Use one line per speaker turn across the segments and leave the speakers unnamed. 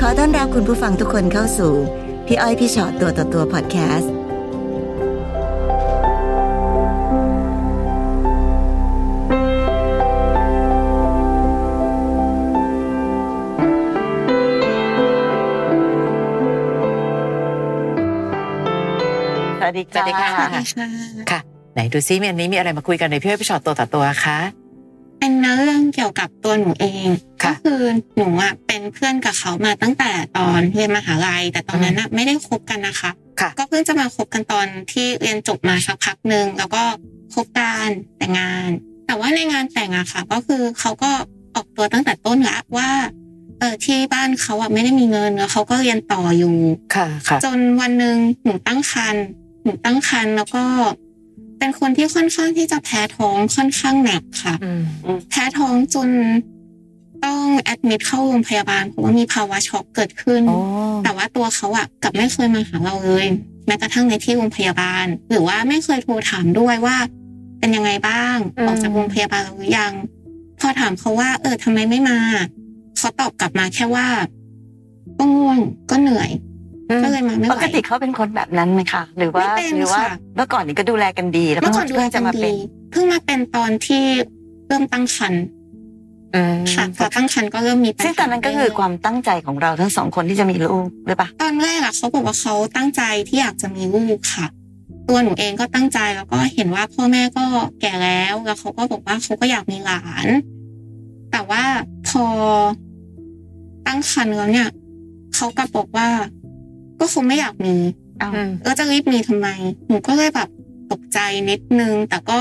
ขอต้อนรับคุณผู้ฟังทุกคนเข้าสู่ พี่อ้อยพี่ชอตตัวต่อตัวพอดแคสต์สวัสดี
สวัสดีค่ะ ค่ะ ไหนดูซิมีอันนี้มีอะไรมาคุยกันในพี่อ้อยพี่ชอตตัวต่อตัวคะ
เป็นเนื้อเรื่องเกี่ยวกับตัวหนูเอง
ค่ะ
ก็คือหนูอ่ะเป็นเพื่อนกับเขามาตั้งแต่ตอนเรียนมหาลัย แต่ตอนนั้นอ่ะไม่ได้คบกันนะคะ
ค่ะ
ก็เพิ่งจะมาคบกันตอนที่เรียนจบมาสักพักหนึ่งแล้วก็คบกันแต่งงาน แต่ว่าในงานแต่งอะค่ะ ก็คือเขาก็ออกตัวตั้งแต่ต้นละว่าเออที่บ้านเขาอะไม่ได้มีเงินแล้วเขาก็เรียนต่ออยู่
ค่ะ ค่ะ
จนวันหนึ่งหนูตั้งครรภ์หนูตั้งครรภ์แล้วก็ เป็นคนที่ค่อนข้างที่จะแพ้ท้องค่อนข้างหนักค่ะ
อืม
แพ้ท้องจนต้องแอดมิดเข้าโรงพยาบาลเพราะว่ามีภาวะช็อกเกิดขึ้น
โอ้
แต่ว่าตัวเขาอะกลับไม่เคยมาหาเราเลยแม้กระทั่งในที่โรงพยาบาล หรือว่าไม่เคยโทรถามด้วยว่า เป็นยังไงบ้าง
อืม
ออกจากโรงพยาบาลหรือยัง พอถามเขาว่า เออทำไมไม่มาเขาตอบกลับมาแค่ว่าก็ง่วงก็เหนื่อย
อืม
ก็เลยมาไม่ไหว
ปกติเขาเป็นคนแบบนั้นไหมคะ หรือว่า
ไม่เป็น
หรืว่า
ค่ะ
เมื่อก่อนนี้ก็ดูแลกันดี แล้ว
เมื่อก่อนดู
เพิ่
แล
ง
กั
จะ
น
มาเป็
ดี
น
เพิ่งมาเป็นตอนที่เริ่มตั้งครรภ์
อืม
ค่ะพอตั้งครรภ์ก็เริ่มมีปัญหา
ซึ่งตอนนั้นก็คือความตั้งใจของเราทั้งสองคนที่จะมีลูกหรือเปะ
ตอนแรกอะเขาบอกว่าเขาตั้งใจที่อยากจะมีลูกค่ะ ตัวหนูเองก็ตั้งใจแล้วก็เห็นว่าพ่อแม่ก็แก่แล้วแล้วเขาก็บอกว่าเขาก็อยากมีหลาน แต่ว่าพอตั้งครรภ์แล้วเนี่ยเขากลับบอกว่า ก็คงไม่อยากมี
อืม
แล้วจะรีบมีทำไม หนูก็เลยแบบตกใจนิดนึง แต่ก็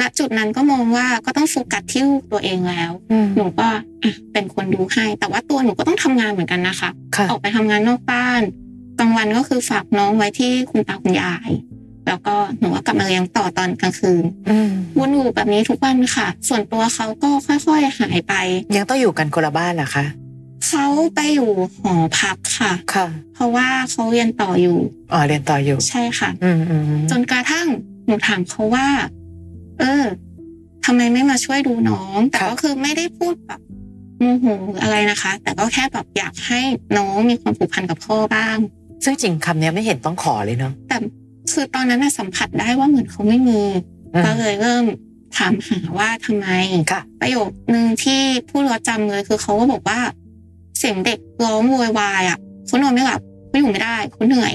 ณจุดนั้นก็มองว่าก็ต้องโฟกัสที่ลูกตัวเองแล้ว หนูก็อ่ะเป็นคนดูให้ แต่ว่าตัวหนูก็ต้องทำงานเหมือนกันนะคะ
ค่ะ
ออกไปทำงานนอกบ้านกลางวันก็คือฝากน้องไว้ที่คุณตาคุณยาย แล้วก็หนูก็กลับมาเลี้ยงต่อตอนกลางคืน
อืม
วนอยู่แบบนี้ทุกวันค่ะ ส่วนตัวเขาก็ค่อยๆหายไป
ยังต้องอยู่กันคนละบ้านเหรอคะ
เขาไปอยู่หอพักค่ะ
ค่ะ
เพราะว่าเขาเรียนต่ออยู่
อ๋อ เรียนต่ออยู่
ใช่ค่ะ
อืมอืม
จนกระทั่งหนูถามเขาว่า เออทำไมไม่มาช่วยดูน้อง แต่ก็คือไม่ได้พูดแบบโมโหหรืออะไรนะคะ แต่ก็แค่แบบอยากให้น้องมีความผูกพันกับพ่อบ้าง
ซึ่งจริงคำเนี้ยไม่เห็นต้องขอเลยเนาะ
แต่คือตอนนั้นน่ะสัมผัสได้ว่าเหมือนเขาไม่มี
อืม
ก็เลยเริ่มถามหาว่าทำไม
ค่ะ
ประโยคหนึ่งที่พูดแล้วจำเลย คือเขาก็บอกว่า เสียงเด็กร้องโวยวายอ่ะเขานอนไม่หลับเขาอยู่ไม่ได้เขาเหนื่อย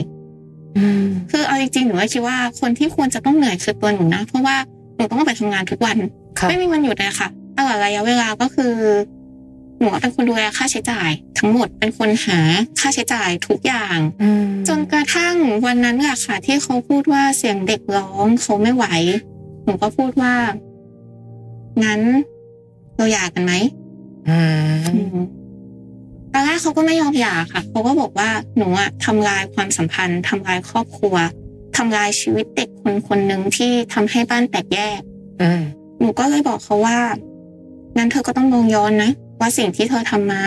อืม
คือเอาจริงๆหนูก็คิดว่าคนที่ควรจะต้องเหนื่อยคือตัวหนูนะ เพราะว่าหนูต้องออกไปทำงานทุกวัน
ค่ะ
ไม่มีวันหยุดเลยค่ะตลอดระยะเวลาก็คือ หนูเป็นคนดูแลค่าใช้จ่าย ทั้งหมดเป็นคนหาค่าใช้จ่ายทุกอย่าง
อืม
จนกระทั่งวันนั้นอะค่ะ ที่เขาพูดว่าเสียงเด็กร้องเขาไม่ไหว หนูก็พูดว่า งั้นเราหย่ากันไหม
อืม
ตอนแรกเขาก็ไม่ยอมหย่าค่ะเขาก็บอกว่าหนูอะทำลายความสัมพันธ์ทำลายครอบครัวทำลายชีวิตเด็กคนคนหนึ่งที่ทำให้บ้านแตกแยก
อืม
หนูก็เลยบอกเขาว่า งั้นเธอก็ต้องมองย้อนนะว่าสิ่งที่เธอทำมา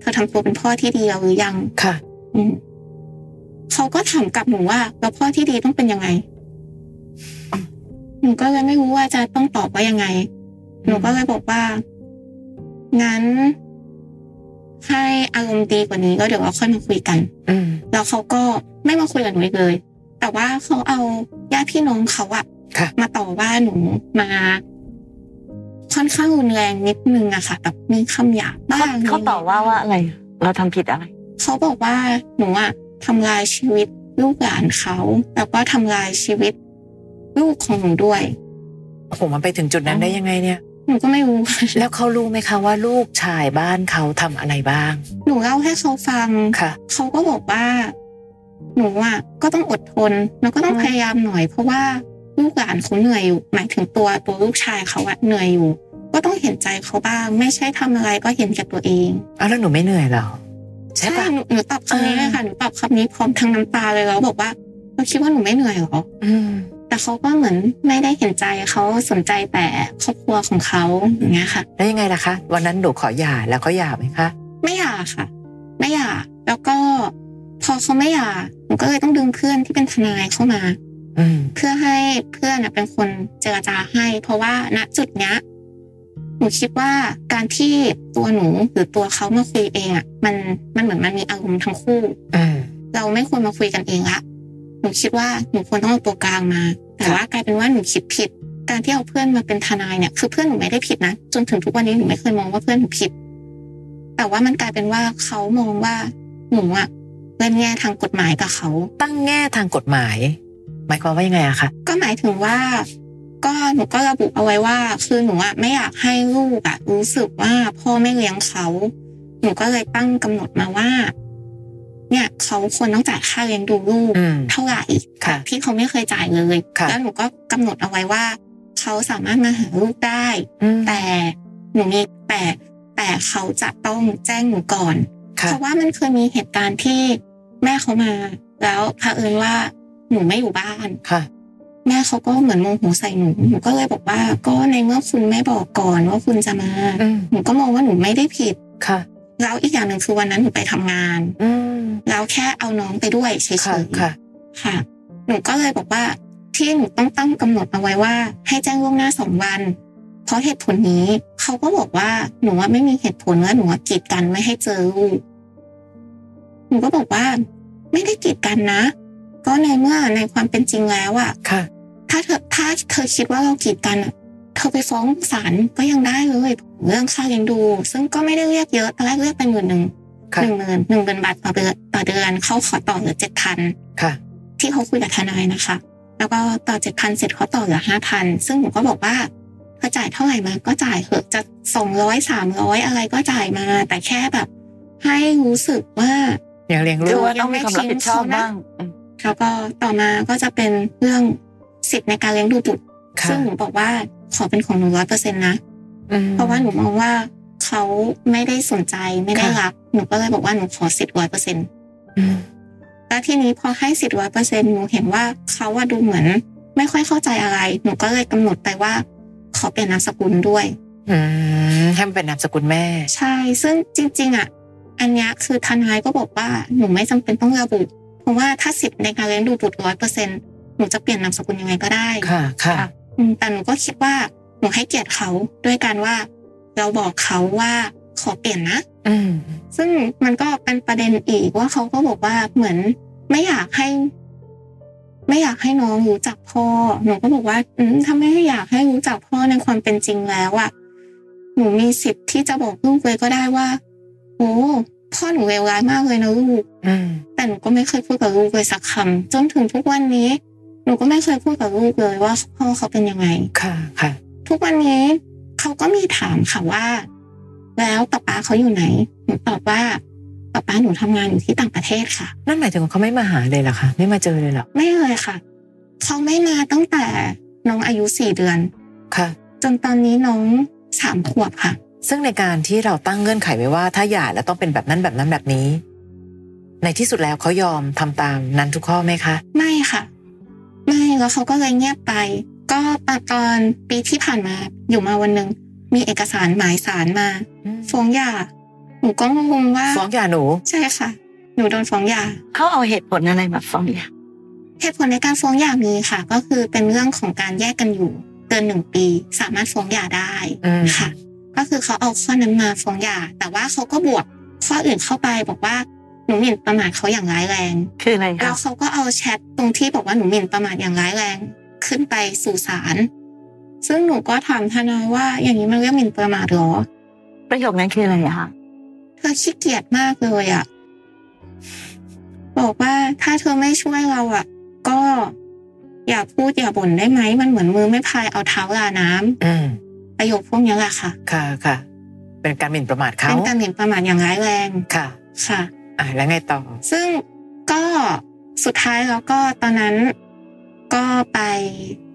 เธอทำตัวเป็นพ่อที่ดีแล้วหรือยัง
ค่ะ
อืมเขาก็ถามกลับหนูว่าแล้วพ่อที่ดีต้องเป็นยังไง หนูก็เลยไม่รู้ว่าจะต้องตอบว่ายังไง
อืม
หนูก็เลยบอกว่า งั้น ให้อารมณ์ดีกว่านี้ก็เดี๋ยวเราค่อยมาคุยกัน
อืม
แล้วเขาก็ไม่มาคุยกับหนูอีกเลย แต่ว่าเขาเอาญาติพี่น้องเขาอะ
ค่ะ
มาต่อว่าหนูมา ค่อนข้างรุนแรงนิดนึงอะค่ะแบบมีคำหยาบบ้า
เขา
ง
เขาต่อว่าว่าอะไร เราทำผิดอะไร
เขาบอกว่าหนูอะทำลายชีวิตลูกหลานเขา แล้วก็ทำลายชีวิตลูกของหนูด้วย
โอ้โหมันไปถึงจุดนั้นได้ยังไงเนี่ย
หนูก็ไม่รู้
แล้วเขารู้ไหมคะว่าลูกชายบ้านเขาทำอะไรบ้าง
หนูเล่าให้เขาฟัง
ค่ะ
เขาก็บอกว่า หนูอะก็ต้องอดทนแล้วก็ต้องพยายามหน่อย เพราะว่าลูกหลานเขาเหนื่อยอยู่ หมายถึงตัวตัวลูกชายเขาอะเหนื่อยอยู่ ก็ต้องเห็นใจเขาบ้าง ไม่ใช่ทำอะไรก็เห็นแก่ตัวเอง
อ้าวแล้วหนูไม่เหนื่อยเหรอใช่ปะ
หนูหนูตอบคำนี้เลยค่ะหนูตอบคำนี้พร้อมทั้งน้ำตาเลยแล้วบอกว่าเราคิดว่าหนูไม่เหนื่อยเหรอ
อืม
แต่เขาก็เหมือนไม่ได้เห็นใจเขาสนใจแต่ครอบครัวของเขาอย่างเงี้ยค่ะ
แล้วยังไงล่ะคะ วันนั้นหนูขอหย่าแล้วเขาหย่าไหมคะ
ไม่หย่าค่ะ ไม่หย่าแล้วก็พอเขาไม่หย่าหนูก็เลยต้องดึงเพื่อนที่เป็นทนายเข้ามา
อืม
เพื่อให้เพื่อนน่ะเป็นคนเจรจาให้ เพราะว่าณจุดเนี้ย หนูคิดว่าการที่ตัวหนูหรือตัวเขามาคุยเองอ่ะมันมันเหมือนมันมีอารมณ์ทั้งคู่
เออ
เราไม่ควรมาคุยกันเองละ หนูคิดว่าหนูควรต้องเอาตัวกลางมา แต่
ค่ะ
ว่ากลายเป็นว่าหนูคิดผิด การที่เอาเพื่อนมาเป็นทนายเนี่ย คือเพื่อนหนูไม่ได้ผิดนะ จนถึงทุกวันนี้หนูไม่เคยมองว่าเพื่อนหนูผิด แต่ว่ามันกลายเป็นว่าเขามองว่าหนูอะเล่นแง่ทางกฎหมายกับเขา
ตั้งแง่ทางกฎหมาย หมายความว่ายังไงอะคะ
ก็หมายถึงว่า ก็หนูก็ระบุเอาไว้ว่า คือหนูอะไม่อยากให้ลูกอะรู้สึกว่าพ่อไม่เลี้ยงเขา หนูก็เลยตั้งกำหนดมาว่า เนี่ยเขาควรต้องจ่ายค่าเลี้ยงดูลูก
อืม
เท่าไหร่
ค่ะ
ที่เขาไม่เคยจ่ายเลย
ค่ะ
แล้วหนูก็กำหนดเอาไว้ว่า เขาสามารถมาหาลูกได้
อืม
แต่หนูมีแต่แต่เขาจะต้องแจ้งหนูก่อน
ค่ะ
เพราะว่ามันเคยมีเหตุการณ์ที่แม่เขามา แล้วเผอิญว่าหนูไม่อยู่บ้าน
ค่ะ
แม่เขาก็เหมือนโมโหใส่หนูหนูก็เลยบอกว่าก็ในเมื่อคุณไม่บอกก่อนว่าคุณจะมา
อืม
หนูก็มองว่าหนูไม่ได้ผิด
ค่ะ
แล้วอีกอย่างหนึ่งคือวันนั้นหนูไปทำงาน
อืม
แล้วแค่เอาน้องไปด้วยเฉ
ค่ะ
ยๆ
ค่ะ
ค่ะ หนูก็เลยบอกว่าที่หนูต้องตั้งกำหนดเอาไว้ว่า ให้แจ้งล่วงหน้าสองวัน เพราะเหตุผลนี้เขาก็บอกว่าหนูว่าไม่มีเหตุผลและหนูว่ากีดกันไม่ให้เจอลูกหนูก็บอกว่า ไม่ได้กีดกันนะ ก็ในเมื่อในความเป็นจริงแล้วอะ
ค่ะ
ถ้าเธอถ้าเธอคิดว่าเรากีดกันอะเธอไปฟ้องศาลก็ยังได้เลยเรื่องค่าเลี้ยงดู ซึ่งก็ไม่ได้เรียกเยอะตอนแรกเรียกไปหมื่นหนึ่ง
ค่ะ
หนึ่งหมื่นหนึ่งหมื่นบาทต่อเดือนต่อเดือนเขาขอต่อเหลือเจ็ดพัน
ค่ะ
ที่เขาคุยกับทนายนะคะ แล้วก็ต่อเจ็ดพันเสร็จเขาต่อเหลือห้าพันซึ่งผมก็บอกว่าเธอจ่ายเท่าไหร่มาก็จ่ายเถอะจะสองร้อยสามร้อยอะไรก็จ่ายมา แต่แค่แบบ ให้รู้สึกว่า
อย่างเลี้ยง
หรื
ลู
อก ว่าต้องมีความรับผิดชอบบ้าง แล้วก็ต่อมาก็จะเป็นเรื่องสิทธิ์ในการเลี้ยงดูบุตร
ค่ะ
ซึ่งหนูบอกว่าขอเป็นของหนูร้อยเปอร์เซ็นต์นะ
อืม
เพราะว่าหนูมองว่าเขาไม่ได้สนใจไม่ได้
ค่ะ
รักหนูก็เลยบอกว่าหนูขอสิทธิ์ร้อยเปอร์เซ็นต์
อืม
แล้วทีนี้พอให้สิทธิ์ร้อยเปอร์เซ็นต์หนูเห็นว่าเขาอะดูเหมือน ไม่ค่อยเข้าใจอะไร หนูก็เลยกำหนดไปว่า ขอเปลี่ยนนามสกุลด้วย
อืมให้มันเป็นนามสกุลแม่
ใช่ ซึ่งจริง ๆอะอันเนี้ยคือทนายก็บอกว่าหนูไม่จำเป็นต้องระบุเพราะว่าถ้าสิทธิ์ในการเลี้ยงดูบุตรร้อยเปอร์เซ็นต์หนูจะเปลี่ยนนามสกุลยังไงก็ได้
ค่ะ ค่ะ
อืมแต่หนูก็คิดว่าหนูให้เกียรติเขาด้วยการว่า เราบอกเขาว่าขอเปลี่ยนนะ
อืม
ซึ่งมันก็เป็นประเด็นอีกว่าเขาก็บอกว่าเหมือนไม่อยากให้ ไม่อยากให้น้องรู้จักพ่อหนูก็บอกว่า อืมถ้าไม่อยากให้รู้จักพ่อในความเป็นจริงแล้วอะหนูมีสิทธิ์ที่จะบอกลูกเลยก็ได้ว่าโอ้พ่อหนูเลวร้ายมากเลยนะลูก
อืม
แต่หนูก็ไม่เคยพูดกับลูกเลยสักคำจนถึงทุกวันนี้ หนูก็ไม่เคยพูดกับลูกเลยว่าพ่อเขาเป็นยังไง
ค่ะ ค่ะ
ทุกวันนี้เขาก็มีถามค่ะว่า แล้วป๊าป๊าเขาอยู่ไหนหนูตอบว่าป๊าป๊าหนูทำงานอยู่ที่ต่างประเทศค่ะ
นั่นหมายถึงว่าเขาไม่มาหาเลยเหรอคะ ไม่มาเจอเลยเหรอ
ไม่เลยค่ะเขาไม่มาตั้งแต่น้องอายุสี่เดือน
ค่ะ
จนตอนนี้น้องสามขวบค่ะ
ซึ่งในการที่เราตั้งเงื่อนไขไว้ว่าถ้าหย่าแล้วต้องเป็นแบบนั้นแบบนั้นแบบนี้ ในที่สุดแล้วเขายอมทำตามนั้นทุกข้อไหมคะ
ไม่ค่ะ ไม่แล้วเขาก็เลยเงียบไป ก็ตอนปีที่ผ่านมาอยู่มาวันหนึ่งมีเอกสารหมายสารมาฟ้องหย่าหนูก็งงว่า
ฟ้องหย่าหนู
ใช่ค่ะ หนูโดนฟ้องหย่า
เขาเอาเหตุผลอะไรมาฟ้องเนี่ย
เหตุผลในการฟ้องหย่ามีค่ะ ก็คือเป็นเรื่องของการแยกกันอยู่เกินหนึ่งปี สามารถฟ้องหย่าได้
อืม
ค่ะ ก็คือเขาเอาข้อนั้นมาฟ้องหย่า แต่ว่าเขาก็บวกข้ออื่นเข้าไปบอกว่าหนูหมิ่นประมาทเขาอย่างร้ายแรง
คืออะไร
แล้
คะ
วเขาก็เอาแชทตรงที่บอกว่าหนูหมิ่นประมาทอย่างร้ายแรงขึ้นไปสู่ศาลซึ่งหนูก็ถามทนายว่า อย่างนี้มันเรียกหมิ่นประมาทเหรอ
ประโยคนั้นคืออะไรอะคะ
เธอขี้เกียจมากเลยอะบอกว่าถ้าเธอไม่ช่วยเราอะก็อย่าพูดอย่าบ่นได้ไหม มันเหมือนมือไม่พายเอาเท้าลาน้ำ
อืม
ประโยคพวกนี้แหละค่ะ
ค่ะ ค่ะ เป็นการหมิ่นประมาทเขา
เป็นการหมิ่นประมาทอย่างร้ายแรง
ค่ะ
ค่ะ
อ่ะแล้วไงต่อ
ซึ่งก็สุดท้ายแล้วก็ตอนนั้นก็ไป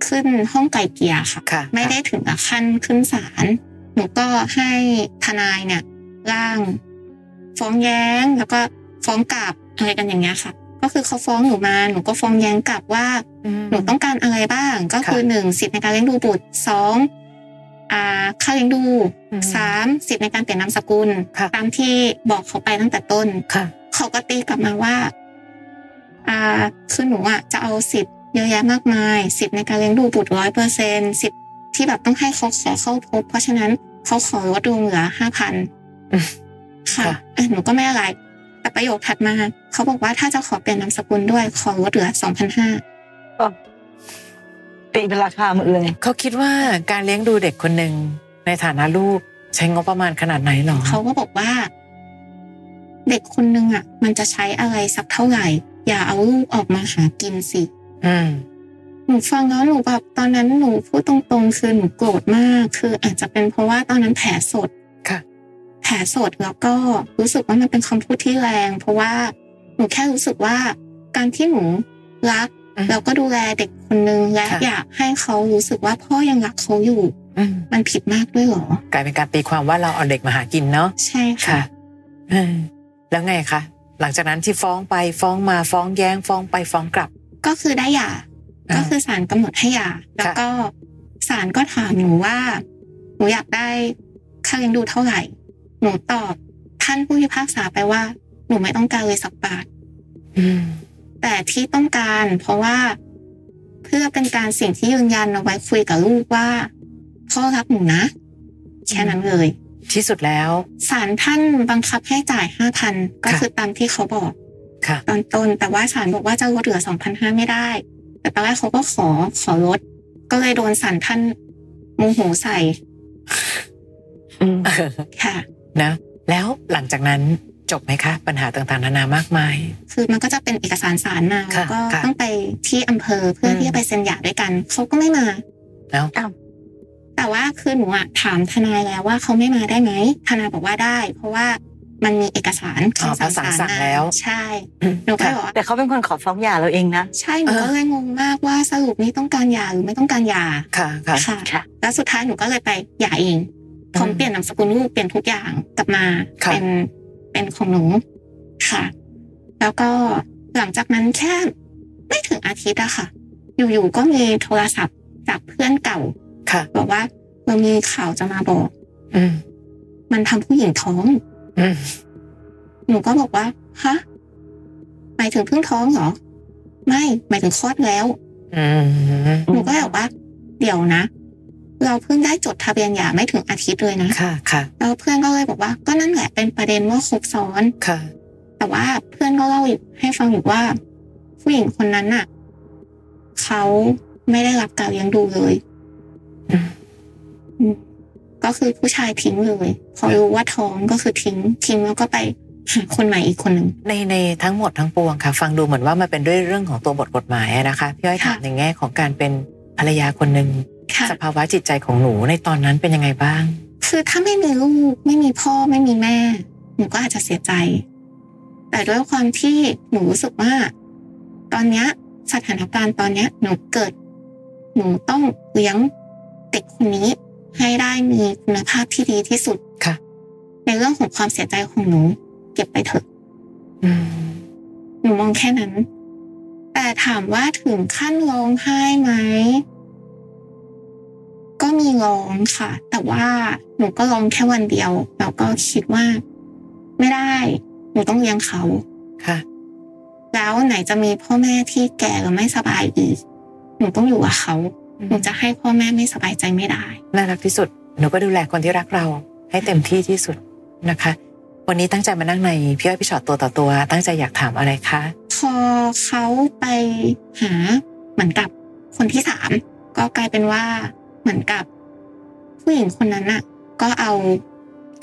ขึ้นห้องไกลเกลี่ยค่ะ
ค่ะ
ไม่ได้ถึงกับขั้นขึ้นศาล หนูก็ให้ทนายเนี่ยร่าง ฟ้องแย้งแล้วก็ฟ้องกลับอะไรกันอย่างเงี้ยค่ะ ก็คือเขาฟ้องหนูมาหนูก็ฟ้องแย้งกลับว่า
ม
หนูต้องการอะไรบ้าง ก็คือ
ค่ะ
หนึ่งสิทธิ์ในการเลี้ยงดูบุตรสองอ่าค่าเลี้ยงดู
อืม
สามสิทธิ์ในการเปลี่ยนนามสกุล
ค่ะ
ตามที่บอกเขาไปตั้งแต่ต้น
ค่ะ
เขาก็ตีกลับมาว่า อ่า คือหนูอ่ะจะเอาสิทธิ์เยอะแยะมากมาย สิทธิ์ในการเลี้ยงดูบุตรร้อยเปอร์เซ็นสิทธิ์ที่แบบต้องให้เขาขอเข้าพบ เพราะฉะนั้น เขาขอลดลงเหลือห้าพัน
อืม
ค่ะ
ค่ะ
เออหนูก็ไม่อะไร แต่ประโยคถัดมาเขาบอกว่าถ้าจะขอเปลี่ยนนามสกุลด้วยขอลดเหลือสองพันห้า
ตีเป็นราคาหมดเลย
เขาคิดว่าการเลี้ยงดูเด็กคนหนึ่งในฐานะลูกใช้งบประมาณขนาดไหนหรอ
เขาก็บอกว่า เด็กคนนึงอ่ะ มันจะใช้อะไรสักเท่าไหร่ อย่าเอาลูกออกมาหากินสิ
อืม
หนูฟังแล้วหนูแบบตอนนั้นหนูพูดตรงๆคือหนูโกรธมาก คืออาจจะเป็นเพราะว่าตอนนั้นแผลสด
ค่ะ
แผลสดแล้วก็รู้สึกว่ามันเป็นคำพูดที่แรง เพราะว่าหนูแค่รู้สึกว่า การที่หนูรัก
อืม
แล้วก็ดูแลเด็กคนนึงและ
ค่ะ
อยากให้เขารู้สึกว่าพ่อยังรักเขาอยู่
อืม
มันผิดมากด้วยเหรอ
กลายเป็นการตีความว่าเราเอาเด็กมาหากินเนาะ
ใช่ค่ะ
ค่ะเออแล้วไงคะ หลังจากนั้นที่ฟ้องไปฟ้องมาฟ้องแย้งฟ้องไปฟ้องกลับ
ก็คือได้หย่า
อ่า
ก็คือศาลกำหนดให้หย่า แล้วก็ศาลก็ถามหนูว่า หนูอยากได้ค่าเลี้ยงดูเท่าไหร่ หนูตอบท่านผู้พิพากษาไปว่า หนูไม่ต้องการเลยสักบาท แต่ที่ต้องการ เพราะว่าเพื่อเป็นการสิ่งที่ยืนยันเอาไว้คุยกับลูกว่า พ่อรับหนูนะ แค่นั้นเลย
ที่สุดแล้ว
ศาลท่านบังคับให้จ่ายห้าพันก็
ค่ะ
คือตามที่เขาบอก
ค่ะ
ตอนต้นแต่ว่าศาลบอกว่าจะลดเหลือ 2,500 ไม่ได้ แต่ตอนแรกเขาก็ขอขอลด ก็เลยโดนศาลท่านโมโหใส่ค่ะ
นะ แล้วหลังจากนั้นจบไหมคะ ปัญหาต่างๆนานามากมาย
คือมันก็จะเป็นเอกสารศาลมา
ค่ะ
แล้วก็
ค่ะ
ต้องไปที่อำเภอเพื่ออ
ม
ที่จะไปเซ็นหย่าด้วยกันเขาก็ไม่มา
แล้ว
แต่ว่าคือหนูอะถามทนายแล้วว่าเขาไม่มาได้ไหมทนายบอกว่าได้ เพราะว่ามันมีเอกสาร
อ๋อ
คำ
ภา
สั่ง
ษา
ศาล
สั่ง
มา
แล้ว
ใช่หนูก็เล
ค่ะ
ยบอกว่า
แต่เขาเป็นคนขอฟ้องหย่าเราเองนะ
ใช่หนูก็เลยงงมากว่าสรุปนี้ต้องการหย่าหรือไม่ต้องการหย่า
ค่ะค่ะ
ค่ะ
ค่ะ
แล้วสุดท้ายหนูก็เลยไปหย่าเองพร้อม
อืม
เปลี่ยนนามสกุลลูกเปลี่ยนทุกอย่างกลับมา
ค่ะ
เป็นเป็นของหนูค่ะ แล้วก็หลังจากนั้นแค่ไม่ถึงอาทิตย์อะค่ะ อยู่ๆก็มีโทรศัพท์จากเพื่อนเก่า
ค่ะ
บอกว่าเรามีข่าวจะมาบอก
อืม
มันทำผู้หญิงท้อง
อืม
หนูก็บอกว่าฮะหมายถึงเพิ่งท้องเหรอ ไม่หมายถึงคลอดแล้ว
อืม
อืม
หนูก็เลยบอกว่า เดี๋ยวนะ เราเพิ่งได้จดทะเบียนหย่าไม่ถึงอาทิตย์เลยนะ
ค่ะค่ะ
แล้วเพื่อนก็เลยบอกว่าก็นั่นแหละเป็นประเด็นว่าครบซ้อน
ค่ะ
แต่ว่าเพื่อนก็เล่าอีกให้ฟังอีกว่า ผู้หญิงคนนั้นน่ะเขาไม่ได้รับการเลี้ยงดูเลย
อืม
อืมก็คือผู้ชายทิ้งเลยพอรู้ว่าท้องก็คือทิ้งทิ้งแล้วก็ไปหาคนใหม่อีกคนหนึ่ง
ในในทั้งหมดทั้งปวงค่ะ ฟังดูเหมือนว่ามันเป็นด้วยเรื่องของตัวบทกฎหมายอะนะคะพี่อ้อย
ค่ะ
ถามในแง่ของการเป็นภรรยาคนหนึ่ง
ค่ะ
สภาวะจิตใจของหนูในตอนนั้นเป็นยังไงบ้าง
คือถ้าไม่มีลูกไม่มีพ่อไม่มีแม่ หนูก็อาจจะเสียใจ แต่ด้วยความที่หนูรู้สึกว่า ตอนเนี้ยสถานการณ์ตอนเนี้ย หนูเกิด หนูต้องเลี้ยงเด็กคนนี้ ให้ได้มีคุณภาพที่ดีที่สุด
ค่ะ
ในเรื่องของความเสียใจของหนู เก็บไปเถอะ
อืม
หนูมองแค่นั้น แต่ถามว่าถึงขั้นร้องไห้ไหม ก็มีร้องค่ะ แต่ว่าหนูก็ร้องแค่วันเดียว แล้วก็คิดว่า ไม่ได้ หนูต้องเลี้ยงเขา
ค่ะ
แล้วไหนจะมีพ่อแม่ที่แก่และไม่สบายอีก หนูต้องอยู่กับเขา หนูจะให้พ่อแม่ไม่สบายใจไม่ได้
น่ารักที่สุด หนูก็ดูแลคนที่รักเราให้เต็มที่ที่สุดนะคะ วันนี้ตั้งใจมานั่งในพี่อ้อยพี่ชอตตัวต่อตัว ตั้งใจอยากถามอะไรคะ
พอเขาไปหาเหมือนกับคนที่สามก็กลายเป็นว่าเหมือนกับ ผู้หญิงคนนั้นน่ะ ก็เอา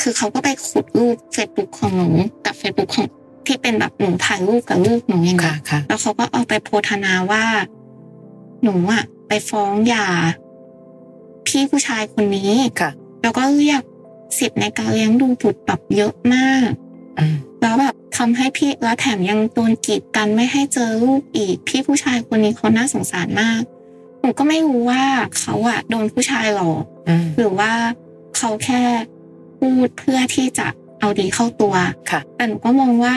คือเขาก็ไปขุดรูปเฟซบุ๊กของหนูกับเฟซบุ๊กของที่เป็นแบบหนูถ่ายรูปกับลูกหนูอย่างเงี้
ค่ะ
ย
ค่ะ
แล้วเขาก็เอาไปโพธนาว่า หนูอะไปฟ้องหย่าพี่ผู้ชายคนนี้
ค่ะ
แล้วก็เรียกสิทธิ์ในการเลี้ยงดูบุตรแบบเยอะมาก
อืม
แล้วแบบทำให้พี่แล้วแถมยังโดนกีดกันไม่ให้เจอลูกอีก พี่ผู้ชายคนนี้เขาน่าสงสารมากหนูก็ไม่รู้ว่าเขาอะโดนผู้ชายหลอก
อืม
หรือว่าเขาแค่พูดเพื่อที่จะเอาดีเข้าตัว
ค่ะ
แต่หนูก็มองว่า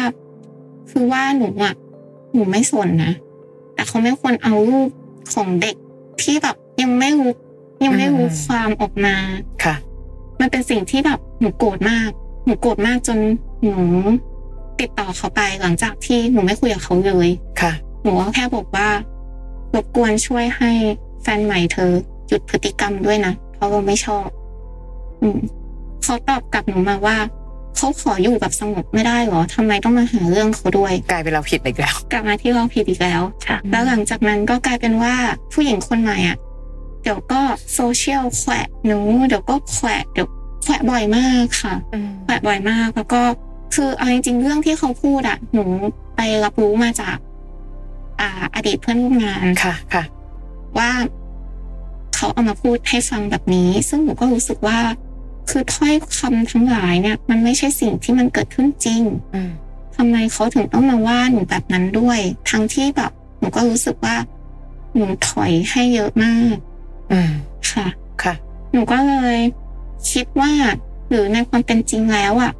คือว่าหนูอะหนูไม่สนนะ แต่เขาไม่ควรเอารูปของเด็กที่แบบยังไม่รู้ยังไม่รู้
อืม
ความออกมา
ค่ะ
มันเป็นสิ่งที่แบบหนูโกรธมาก หนูโกรธมากจนหนูติดต่อเขาไปหลังจากที่หนูไม่คุยกับเขาเลย
ค่ะ
หนูก็แค่บอกว่า รบกวนช่วยให้แฟนใหม่เธอหยุดพฤติกรรมด้วยนะ เพราะเราไม่ชอบ อืม เขาตอบกลับหนูมาว่า เขาขออยู่แบบสงบไม่ได้เหรอทำไมต้องมาหาเรื่องเขาด้วย
กลายเป็นเราผิดอีกแล้ว
กลับมาที่เราผิดอีกแล้ว
ค่ะ
แล้วหลังจากนั้นก็กลายเป็นว่าผู้หญิงคนใหม่อ่ะ เดี๋ยวก็โซเชียลแขวะหนู เดี๋ยวก็แขวะเดี๋ยวแขวะบ่อยมากค่ะ แปะบ่อยมากแล้วก็คือเอาจริงๆเรื่องที่เขาพูดอะหนูไปรับรู้มาจาก อ่า อดีตเพื่อนร่วมงาน
ค่ะค่ะ
ว่า เขาเอามาพูดให้ฟังแบบนี้ ซึ่งหนูก็รู้สึกว่า คือถ้อยคำทั้งหลายเนี่ย มันไม่ใช่สิ่งที่มันเกิดขึ้นจริง
อืม
ทำไมเขาถึงต้องมาว่าหนูแบบนั้นด้วย ทั้งที่แบบหนูก็รู้สึกว่า หนูถอยให้เยอะมาก
อืม
ค่ะ
ค่ะ
หนูก็เลยคิดว่า หรือในความเป็นจริงแล้วอ่ะ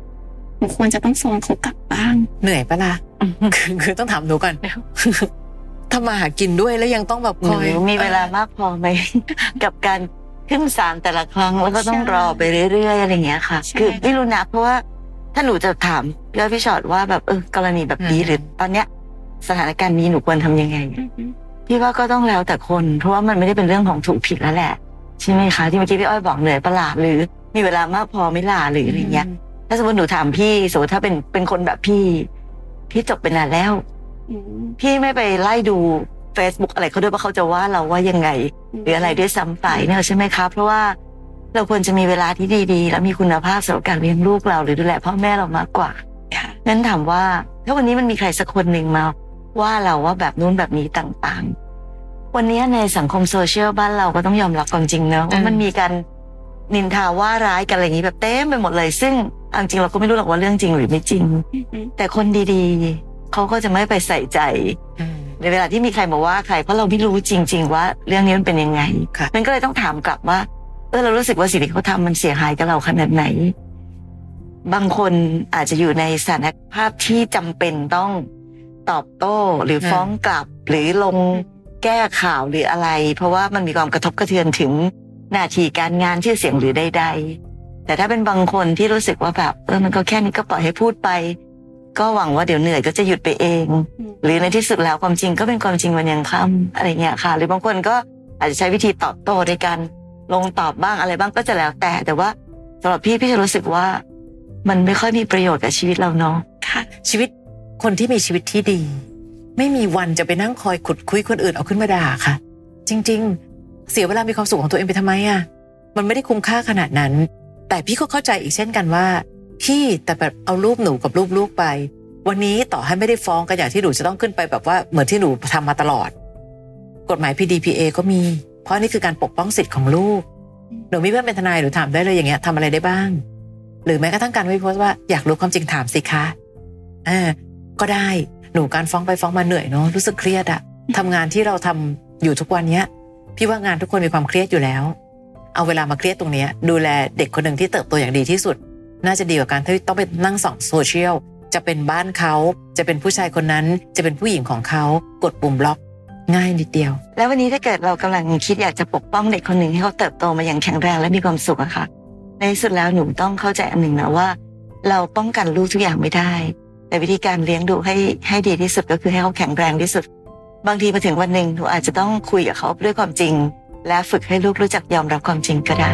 หนูควรจะต้องฟ้องเขากลับบ้าง
เหนื่อยปะล่ะคือคือต้องถามหนูก่อน ทำมาหากินด้วยแล้วยังต้องแบบ
ห
ค
นู
อย
มีเวลามากพอไหม กับการขึ้นศาลแต่ละครั้งแล้วก็ต้องรอไปเรื่อยๆอะไรอย่างเงี้ยค่ะ
ใช่
คือไม่รู้นะเพราะว่าถ้าหนูจะถามพี่อ้อยพี่ชอตว่าแบบเออกรณีแบบนี้หรือตอนเนี้ย สถานการณ์นี้หนูควรทำยังไง พี่ว่าก็ต้องแล้วแต่คน เพราะว่ามันไม่ได้เป็นเรื่องของถูกผิดแล้วแหละ ใช่ไหมคะ ที่เมื่อกี้พี่อ้อยบอกเหนื่อยประหลาดหรือมีเวลามากพอไหม่ลาหรืออะไรเงี้ย ถ้าสมมติหนูถามพี่สมมติถ้าเป็นเป็นคนแบบพี่ พี่จบไปนานแล้ว
อืม
พี่ไม่ไปไล่ดู Facebook อะไรเขาด้วยว่าเขาจะว่าเราว่ายังไง หรืออะไรด้วยซ้ำไปเนี่ยใช่ไหมคะเพราะว่าเราควรจะมีเวลาที่ดีๆ และมีคุณภาพสำหรับการเลี้ยงลูกเรา หรือดูแลพ่อแม่เรามากกว่า
ค่ะ
นั้นถามว่า ถ้าวันนี้มันมีใครสักคนหนึ่งมาว่าเราว่าแบบนู้นแบบนี้ต่างๆ วันนี้ในสังคมโซเชียลบ้านเราก็ต้องยอมรับความจริงเนอะว่ามันมีการนินทาว่าร้ายกันอะไรอย่างนี้แบบเต็มไปหมดเลย ซึ่งเอาจริงเราก็ไม่รู้หรอกว่าเรื่องจริงหรือไม่จริง แต่คนดีๆ เขาก็จะไม่ไปใส่ใจ
อืม
ในเวลาที่มีใครมาว่าใครเพราะเราไม่รู้จริง ๆ ว่าเรื่องนี้มันเป็นยังไง
ค่ะ
มันก็เลยต้องถามกลับว่า เออเรารู้สึกว่าสิ่งที่เขาทำมันเสียหายกับเราขนาดไหน บางคนอาจจะอยู่ในสถานภาพที่จำเป็นต้องตอบโต้หรือฟ้องกลับ หรือลงแก้ข่าวหรืออะไร เพราะว่ามันมีความกระทบกระเทือนถึงหน้าที่การงานชื่อเสียงหรือใดๆแต่ถ้าเป็นบางคนที่รู้สึกว่าแบบเออมันก็แค่นี้ก็ปล่อยให้พูดไป ก็หวังว่าเดี๋ยวเหนื่อยก็จะหยุดไปเอง หรือในที่สุดแล้วความจริงก็เป็นความจริงวันยังค่ำอะไรเงี้ยค่ะ หรือบางคนก็อาจจะใช้วิธีตอบโต้ในการลงตอบบ้างอะไรบ้างก็จะแล้วแต่ แต่ว่าสำหรับพี่พี่จะรู้สึกว่า มันไม่ค่อยมีประโยชน์กับชีวิตเราเนาะ
ค่ะ
ชีวิตคนที่มีชีวิตที่ดี ไม่มีวันจะไปนั่งคอยขุดคุยคนอื่นเอาขึ้นมาด่าค่ะ จริง ๆ เสียเวลามีความสุขของตัวเองไปทำไมอ่ะมันไม่ได้คุ้มค่าขนาดนั้น แต่พี่ก็เข้าใจอีกเช่นกันว่า พี่แต่แบบเอารูปหนูกับรูปลูกไป วันนี้ต่อให้ไม่ได้ฟ้องกันอย่างที่หนูจะต้องขึ้นไปแบบว่าเหมือนที่หนูทำมาตลอด กฎหมาย PDPA ก็มี เพราะนี่คือการปกป้องสิทธิ์ของลูก หนูมีเพื่อนเป็นทนายหนูถามได้เลยอย่างเงี้ยทำอะไรได้บ้าง หรือแม้กระทั่งการไม่โพสต์ว่าอยากรู้ความจริงถามสิคะเออก็ได้หนูการฟ้องไปฟ้องมาเหนื่อยเนาะรู้สึกเครียดอะทำงานที่เราทำอยู่ทุกวันเนี้ย พี่ว่างานทุกคนมีความเครียดอยู่แล้ว เอาเวลามาเครียดตรงเนี้ยดูแลเด็กคนหนึ่งที่เติบโตอย่างดีที่สุด น่าจะดีกว่าการที่ต้องไปนั่งส่องโซเชียลจะเป็นบ้านเขาจะเป็นผู้ชายคนนั้นจะเป็นผู้หญิงของเขากดปุ่มบล็อก ง่ายนิดเดียว
แล้ววันนี้ถ้าเกิดเรากำลังคิดอยากจะปกป้องเด็กคนหนึ่งให้เขาเติบโตมาอย่างแข็งแรงและมีความสุขอะค่ะ ในที่สุดแล้วหนูต้องเข้าใจอันหนึ่งนะว่า เราป้องกันลูกทุกอย่างไม่ได้ แต่วิธีการเลี้ยงดูให้ให้ดีที่สุดก็คือให้เขาแข็งแรงที่สุด บางทีมาถึงวันหนึ่งหนูอาจจะต้องคุยกับเขาด้วยความจริง และฝึกให้ลูกรู้จักยอมรับความจริงก็ได้